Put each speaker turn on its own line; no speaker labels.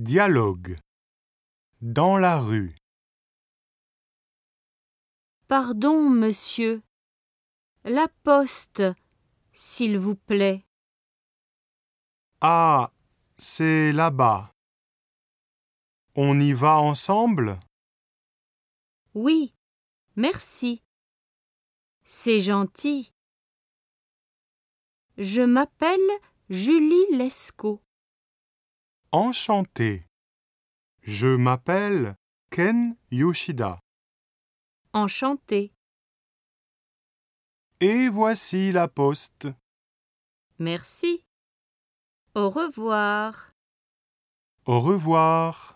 Dialogue. Dans la rue.
Pardon, monsieur. La poste, s'il vous plaît.
Ah, c'est là-bas. On y va ensemble
Oui, merci. C'est gentil. Je m'appelle Julie Lescaut.
Enchanté. Je m'appelle Ken Yoshida.
Enchantée.
Et voici la poste.
Merci. Au revoir.
Au revoir.